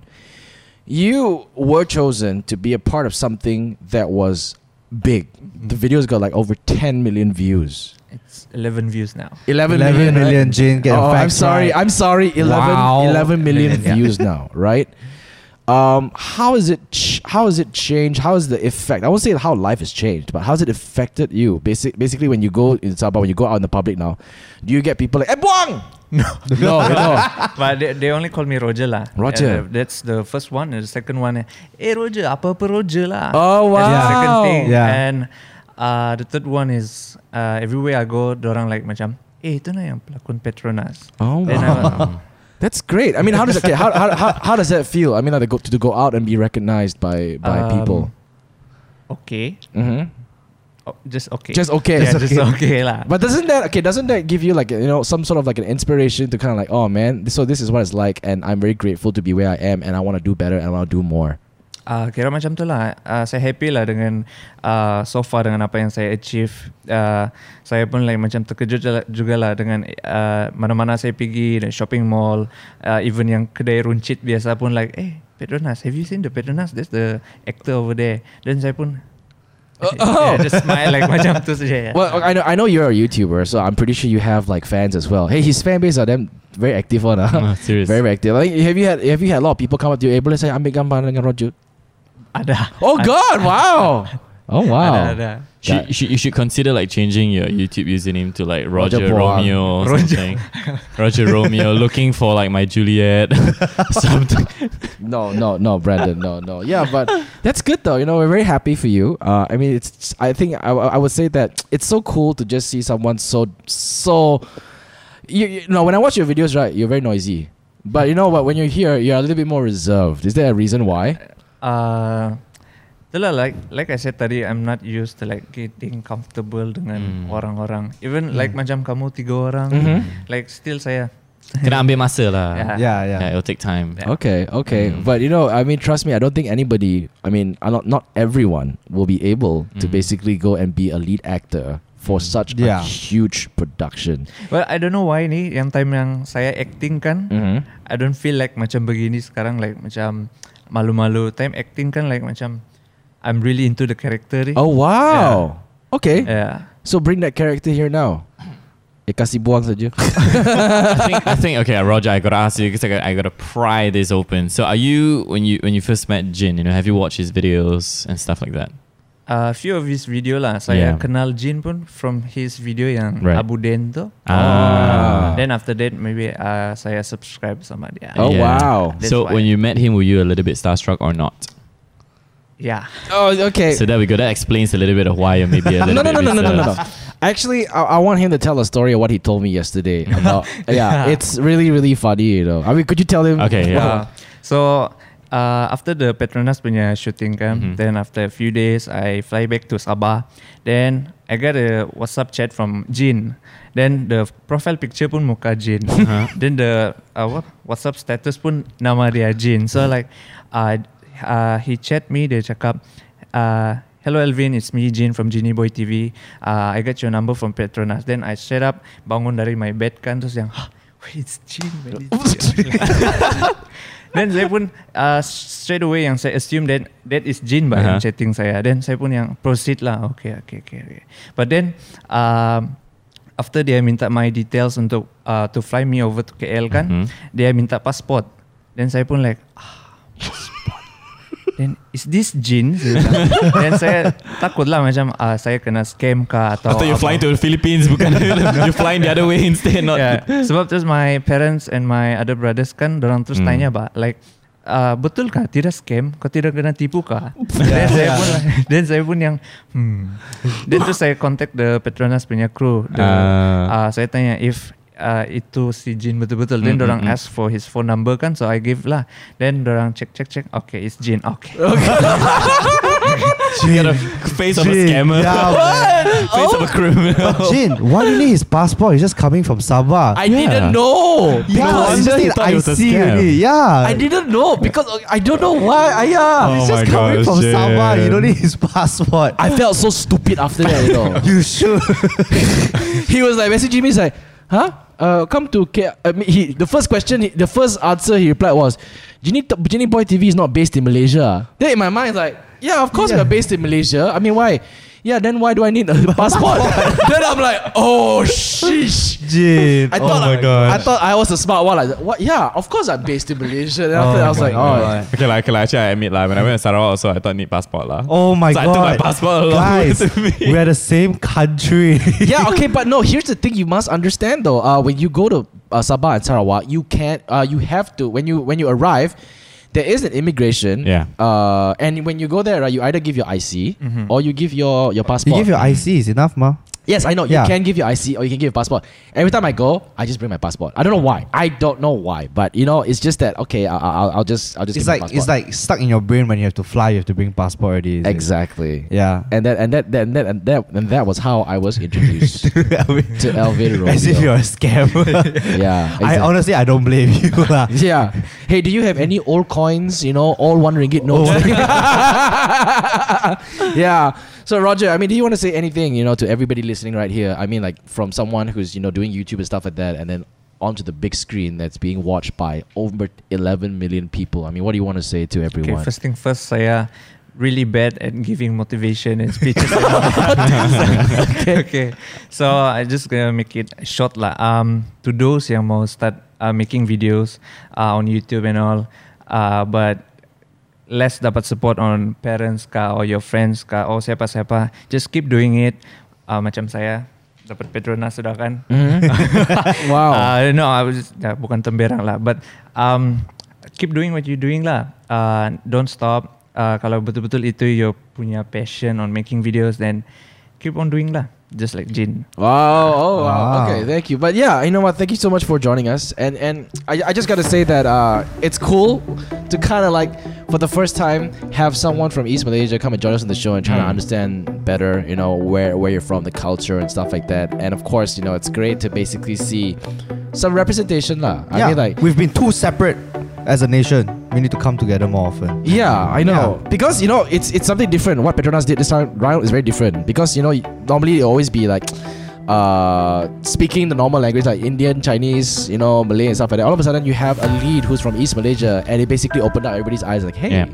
[SPEAKER 1] You were chosen to be a part of something that was big. The videos got like over 10 million views.
[SPEAKER 4] It's 11 views now.
[SPEAKER 1] 11
[SPEAKER 2] 11 million,
[SPEAKER 1] right?
[SPEAKER 2] Jane get
[SPEAKER 1] oh,
[SPEAKER 2] facts
[SPEAKER 1] I'm sorry.
[SPEAKER 2] right.
[SPEAKER 1] I'm sorry. 11,
[SPEAKER 2] Wow.
[SPEAKER 1] 11 million
[SPEAKER 4] Yeah.
[SPEAKER 1] views now, right? Um, how is it? Ch- how has it changed? How is the effect? I won't say how life has changed, but how's it affected you? Basic, basically, when you go in Sabah, when you go out in the public now, do you get people like "Eh, Buang?" No, no, no.
[SPEAKER 4] But they, they only call me Roger lah.
[SPEAKER 1] Roger.
[SPEAKER 4] Yeah, that's the first one. And the second one, eh Roger, apa-apa Roger lah.
[SPEAKER 1] Oh,
[SPEAKER 4] That's the second
[SPEAKER 1] wow.
[SPEAKER 4] thing.
[SPEAKER 2] Yeah.
[SPEAKER 4] And uh, the third one is uh, everywhere I go, orang like macam, eh itu na yang pelakon Petronas.
[SPEAKER 1] Oh,
[SPEAKER 4] Then
[SPEAKER 1] wow.
[SPEAKER 4] I'm,
[SPEAKER 1] that's great. I mean, how does okay, how, how, how, how does that feel? I mean, like, to go to go out and be recognized by by
[SPEAKER 4] Um,
[SPEAKER 1] people.
[SPEAKER 4] okay.
[SPEAKER 1] hmm
[SPEAKER 4] Oh, just okay.
[SPEAKER 1] Just okay.
[SPEAKER 4] Yeah, just okay lah.
[SPEAKER 1] But doesn't that okay? Doesn't that give you like you know some sort of like an inspiration to kind of like oh man, so this is what it's like, and I'm very grateful to be where I am, and I want to do better, and I want to do more.
[SPEAKER 4] Ah, kira macam tu lah. Ah, saya happy lah dengan ah, so far dengan apa yang saya achieve. Ah, saya pun like macam terkejut jala- juga lah dengan ah, mana-mana saya pergi, like shopping mall, ah, even yang kedai runcit biasa pun like, eh Petronas, have you seen the Petronas? That's the actor over there. Dan saya pun
[SPEAKER 1] Oh.
[SPEAKER 4] Yeah, just smile like macam tu saja.
[SPEAKER 1] Well, I know I know you're a YouTuber, so I'm pretty sure you have like fans as well. Hey, his fan base are them very active on uh,
[SPEAKER 3] Ah, serious.
[SPEAKER 1] very, very active. Like, have you had have you had a lot of people come up to you able to say I'm gambar dengan Roger?
[SPEAKER 4] Ada.
[SPEAKER 1] Oh God! Wow! Oh wow!
[SPEAKER 4] Ada, ada.
[SPEAKER 3] Should, should- you should consider like changing your YouTube username to like
[SPEAKER 1] Roger
[SPEAKER 3] Roger,
[SPEAKER 1] Puang.
[SPEAKER 3] Romeo or
[SPEAKER 4] Roger-
[SPEAKER 3] something. Roger Romeo looking for like my Juliet. something.
[SPEAKER 1] No, no, no, Brandon, no, no. Yeah, but that's good though. You know, we're very happy for you. Uh, I mean, it's. I think I, I would say that it's so cool to just see someone so so. You, you know, when I watch your videos, right, you're very noisy. But you know what? When you're here, you're a little bit more reserved. Is there a reason why?
[SPEAKER 4] Uh, itulah like like I said tadi I'm not used to like getting comfortable dengan
[SPEAKER 3] Hmm.
[SPEAKER 1] Hmm.
[SPEAKER 3] Mm-hmm.
[SPEAKER 4] orang-orang even like macam kamu tiga orang
[SPEAKER 1] Mhm.
[SPEAKER 4] like still saya
[SPEAKER 3] Kena ambil masa lah.
[SPEAKER 4] Yeah.
[SPEAKER 2] yeah, yeah.
[SPEAKER 3] Yeah, it'll take time.
[SPEAKER 1] Okay, okay. But you know, I mean, trust me, I don't think anybody, I mean, uh, not not everyone will be able to
[SPEAKER 3] Mm.
[SPEAKER 1] basically go and be a lead actor for such a
[SPEAKER 2] Yeah.
[SPEAKER 1] huge production.
[SPEAKER 4] Well, I don't know why ni yang time yang saya acting kan,
[SPEAKER 1] Mhm.
[SPEAKER 4] I don't feel like macam begini sekarang like macam malu-malu. Time acting kan like macam I'm really into the character ni.
[SPEAKER 1] Oh wow. Okay.
[SPEAKER 4] Yeah.
[SPEAKER 1] So bring that character here now. Eh, kasih buang saja.
[SPEAKER 3] I think, I think okay, Roger. I gotta ask you because I got I gotta pry this open. So, are you when you when you first met Jin? You know, have you watched his videos and stuff like that?
[SPEAKER 4] A few of his video lah. Saya
[SPEAKER 3] Yeah.
[SPEAKER 4] kenal Jin pun from his video yang
[SPEAKER 3] Right.
[SPEAKER 4] Abu Den tu.
[SPEAKER 1] Ah.
[SPEAKER 4] Then after that maybe uh, saya subscribe sama dia.
[SPEAKER 1] Oh, wow.
[SPEAKER 4] That's
[SPEAKER 3] so
[SPEAKER 4] why.
[SPEAKER 3] when you met him, were you a little bit starstruck or not?
[SPEAKER 4] Yeah.
[SPEAKER 1] Oh, okay.
[SPEAKER 3] So there we go. That explains a little bit of why you're maybe a
[SPEAKER 1] no, no,
[SPEAKER 3] little
[SPEAKER 1] no,
[SPEAKER 3] bit
[SPEAKER 1] no, no, no, no, no.
[SPEAKER 3] reserved.
[SPEAKER 1] Actually, I, I want him to tell a story of what he told me yesterday about. yeah,
[SPEAKER 4] Yeah.
[SPEAKER 1] it's really, really funny, you know. I mean, could you tell him?
[SPEAKER 3] Okay, yeah.
[SPEAKER 4] Yeah. So uh, after the Petronas punya shooting kan,
[SPEAKER 3] Mhm.
[SPEAKER 4] then after a few days I fly back to Sabah. Then I got a WhatsApp chat from Jin. Then the profile picture pun muka Jin. Then the uh, what WhatsApp status pun nama dia Jin. So like uh, uh, he chat me dia cakap uh, Hello Elvin, it's me Jin from Genie Boy TV. Uh, I got your number from Petronas. Then I set up bangun dari my bed kan terus yang "Hah, wait it's Jin. man, it's Jin." Then saya pun uh, straight away yang saya assume that that is Jin bah yang
[SPEAKER 3] Uh-huh.
[SPEAKER 4] chatting saya. Then saya pun yang proceed lah. Okay, okay, okay. okay. But then um, after dia minta my details untuk uh, to fly me over to KL kan,
[SPEAKER 3] Mhm.
[SPEAKER 4] dia minta passport. Then saya pun like ah, passport. Then is this Jin? Saya bilang. Then saya takut lah macam ah, saya kena scam
[SPEAKER 1] Oh,
[SPEAKER 4] kah
[SPEAKER 3] I
[SPEAKER 4] atau
[SPEAKER 3] thought you're
[SPEAKER 4] apa.
[SPEAKER 3] flying to the Philippines. bukan? you're flying the other way instead. Not
[SPEAKER 4] yeah. Sebab terus my parents and my other brothers kan orang terus
[SPEAKER 3] Hmm.
[SPEAKER 4] tanya ba like uh, betul kah tidak scam kau tidak kena tipu kah dan saya pun dan saya pun yang hmm dan terus saya contact the Petronas punya crew the,
[SPEAKER 3] Ah.
[SPEAKER 4] uh, saya tanya if uh, itu si Jin betul-betul then
[SPEAKER 3] Mm,
[SPEAKER 4] orang
[SPEAKER 3] mm, mm.
[SPEAKER 4] ask for his phone number kan so I give lah then orang check check check okay it's Jin okay
[SPEAKER 3] you got a face of a
[SPEAKER 2] Jin,
[SPEAKER 3] scammer.
[SPEAKER 2] yeah, man.
[SPEAKER 3] face
[SPEAKER 1] Oh.
[SPEAKER 3] of a criminal.
[SPEAKER 2] But Jin, why do you need his passport? He's just coming from Sabah.
[SPEAKER 1] I
[SPEAKER 3] Yeah.
[SPEAKER 1] didn't know.
[SPEAKER 2] yeah,
[SPEAKER 3] wonder
[SPEAKER 2] you just
[SPEAKER 3] he
[SPEAKER 2] need
[SPEAKER 3] thought it was a
[SPEAKER 2] IC
[SPEAKER 3] scam.
[SPEAKER 2] already. Yeah.
[SPEAKER 1] I didn't know because I don't know why. Ayah.
[SPEAKER 3] Oh
[SPEAKER 2] He's just
[SPEAKER 3] my
[SPEAKER 2] coming
[SPEAKER 3] gosh,
[SPEAKER 2] from Sabah. You
[SPEAKER 3] Jin.
[SPEAKER 2] don't need his passport.
[SPEAKER 1] I felt so stupid after that, you know.
[SPEAKER 2] you should.
[SPEAKER 1] he was like messaging me, he's like, huh? Uh, come to K. I mean, he, the first question, he, the first answer he replied was, Genie, T- Genie Boy TV is not based in Malaysia. Then in my mind, it's like, yeah, of course
[SPEAKER 2] Yeah.
[SPEAKER 1] we're based in Malaysia. I mean, why? Yeah, then why do I need a passport? then I'm like, oh, sheesh.
[SPEAKER 2] Jin.
[SPEAKER 1] I thought, I, I thought I was a smart one. I was like, what? Yeah, of course I'm based in Malaysia. Then after that, I was like, oh,
[SPEAKER 3] Okay, lah, okay, lah. actually, I admit, lah. when I went to Sarawak, also, I thought need passport. lah.
[SPEAKER 2] Oh my
[SPEAKER 3] So I
[SPEAKER 2] god.
[SPEAKER 3] took my passport along
[SPEAKER 2] Guys,
[SPEAKER 3] with me.
[SPEAKER 2] we're the same country.
[SPEAKER 1] yeah, okay, but no. Here's the thing: you must understand, though. Uh, when you go to uh, Sabah and Sarawak, you can't. Uh, you have to when you when you arrive. There is an immigration.
[SPEAKER 3] Yeah.
[SPEAKER 1] Uh, and when you go there, right, you either give your IC or you give your your
[SPEAKER 2] Mm-hmm. you
[SPEAKER 1] passport.
[SPEAKER 2] give your IC, is enough, ma?
[SPEAKER 1] yes, I know.
[SPEAKER 2] Yeah.
[SPEAKER 1] You can give your IC or you can give your passport. Every time I go, I just bring my passport. I don't know why. I don't know why, but you know, it's just that. Okay, I, I- I'll, I'll just I'll just.
[SPEAKER 2] It's
[SPEAKER 1] give
[SPEAKER 2] like
[SPEAKER 1] my
[SPEAKER 2] it's
[SPEAKER 1] passport.
[SPEAKER 2] like stuck in your brain when you have to fly, you have to bring passport already. is it?
[SPEAKER 1] exactly.
[SPEAKER 2] Yeah.
[SPEAKER 1] And that and that, that and that and that and that was how I was introduced to Elvin Romeo.
[SPEAKER 2] As if you're a scammer.
[SPEAKER 1] yeah.
[SPEAKER 2] I
[SPEAKER 1] exactly.
[SPEAKER 2] honestly I don't blame you. lah.
[SPEAKER 1] Yeah. Hey, do you have any old coins? You know, all one ringgit notes.
[SPEAKER 2] Oh.
[SPEAKER 1] yeah. So Roger, I mean, do you want to say anything? You know, to everybody listening right here. I mean, like from someone who's you know doing YouTube and stuff like that, and then onto the big screen that's being watched by over 11 million people. I mean, what do you want to say to
[SPEAKER 4] okay
[SPEAKER 1] everyone?
[SPEAKER 4] first thing first saya really bad at giving motivation and speeches okay. So I just gonna make it short lah. Um, to those yang mau start uh, making videos uh, on YouTube and all, uh, but less dapat support on parents ka or your friends ka or siapa siapa, just keep doing it. Uh, macam saya dapat Petronas sudah kan.
[SPEAKER 1] Mm-hmm. wow.
[SPEAKER 4] Uh, no, I was yeah, bukan temberang lah. But um, keep doing what you're doing lah. Uh, don't stop. Uh, kalau betul-betul itu your punya passion on making videos, then keep on doing lah. Just like Jin.
[SPEAKER 1] Wow! Oh, wow.
[SPEAKER 2] Wow.
[SPEAKER 1] Okay, thank you. But yeah, you know what? Thank you so much for joining us. And and I, I just got to say that uh, it's cool to kind of like for the first time have someone from East Malaysia come and join us on the show and try to
[SPEAKER 2] Mm.
[SPEAKER 1] understand better, you know, where where you're from, the culture and stuff like that. And of course, you know, it's great to basically see some representation lah. I
[SPEAKER 2] yeah,
[SPEAKER 1] mean like
[SPEAKER 2] we've been too separate as a nation. We need to come together more often.
[SPEAKER 1] yeah, I know because you know it's it's something different. What Petronas did this time round is very different because you know y- normally it always be like. Uh, speaking the normal language like Indian, Chinese, you know, Malay and stuff like that. All of a sudden, you have a lead who's from East Malaysia, and it basically opened up everybody's eyes. Like, hey,
[SPEAKER 3] Yeah.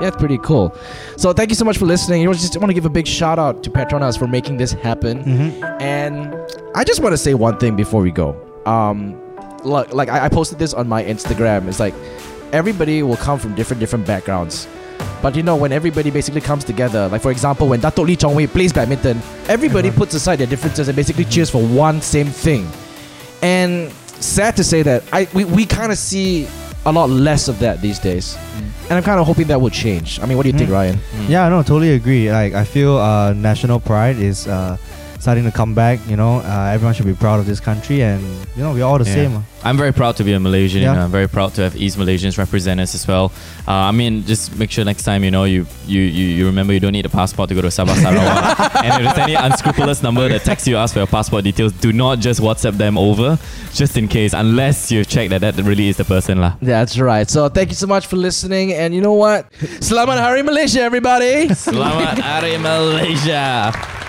[SPEAKER 1] Yeah, it's pretty cool. So thank you so much for listening. You know, just want to give a big shout out to Petronas for making this happen.
[SPEAKER 2] Mm-hmm.
[SPEAKER 1] And I just want to say one thing before we go. Um, look, like I, I posted this on my Instagram. It's like everybody will come from different different backgrounds. But you know, when everybody basically comes together, like for example, when Dato Lee Chong Wei plays badminton, everybody puts aside their differences and basically cheers for one same thing. And sad to say that I we, we kind of see a lot less of that these days. And I'm kind of hoping that will change. I mean, what do you think,
[SPEAKER 2] Mm.
[SPEAKER 1] Ryan?
[SPEAKER 3] Mm-hmm.
[SPEAKER 2] Yeah, no, totally agree. Like I feel uh, national pride is uh, starting to come back. You know, uh, everyone should be proud of this country, and you know we're all the
[SPEAKER 3] Yeah.
[SPEAKER 2] same.
[SPEAKER 3] I'm very proud to be a Malaysian.
[SPEAKER 2] Yeah.
[SPEAKER 3] and I'm very proud to have East Malaysians represent us as well. Uh, I mean, just make sure next time you know you you you, you remember you don't need a passport to go to Sabah Sarawak. and if there's any unscrupulous number that texts you ask for your passport details, do not just WhatsApp them over, just in case, unless you check that that really is the person lah.
[SPEAKER 1] That's right. So thank you so much for listening. And you know what? Selamat Hari Malaysia, everybody.
[SPEAKER 3] Selamat Hari Malaysia.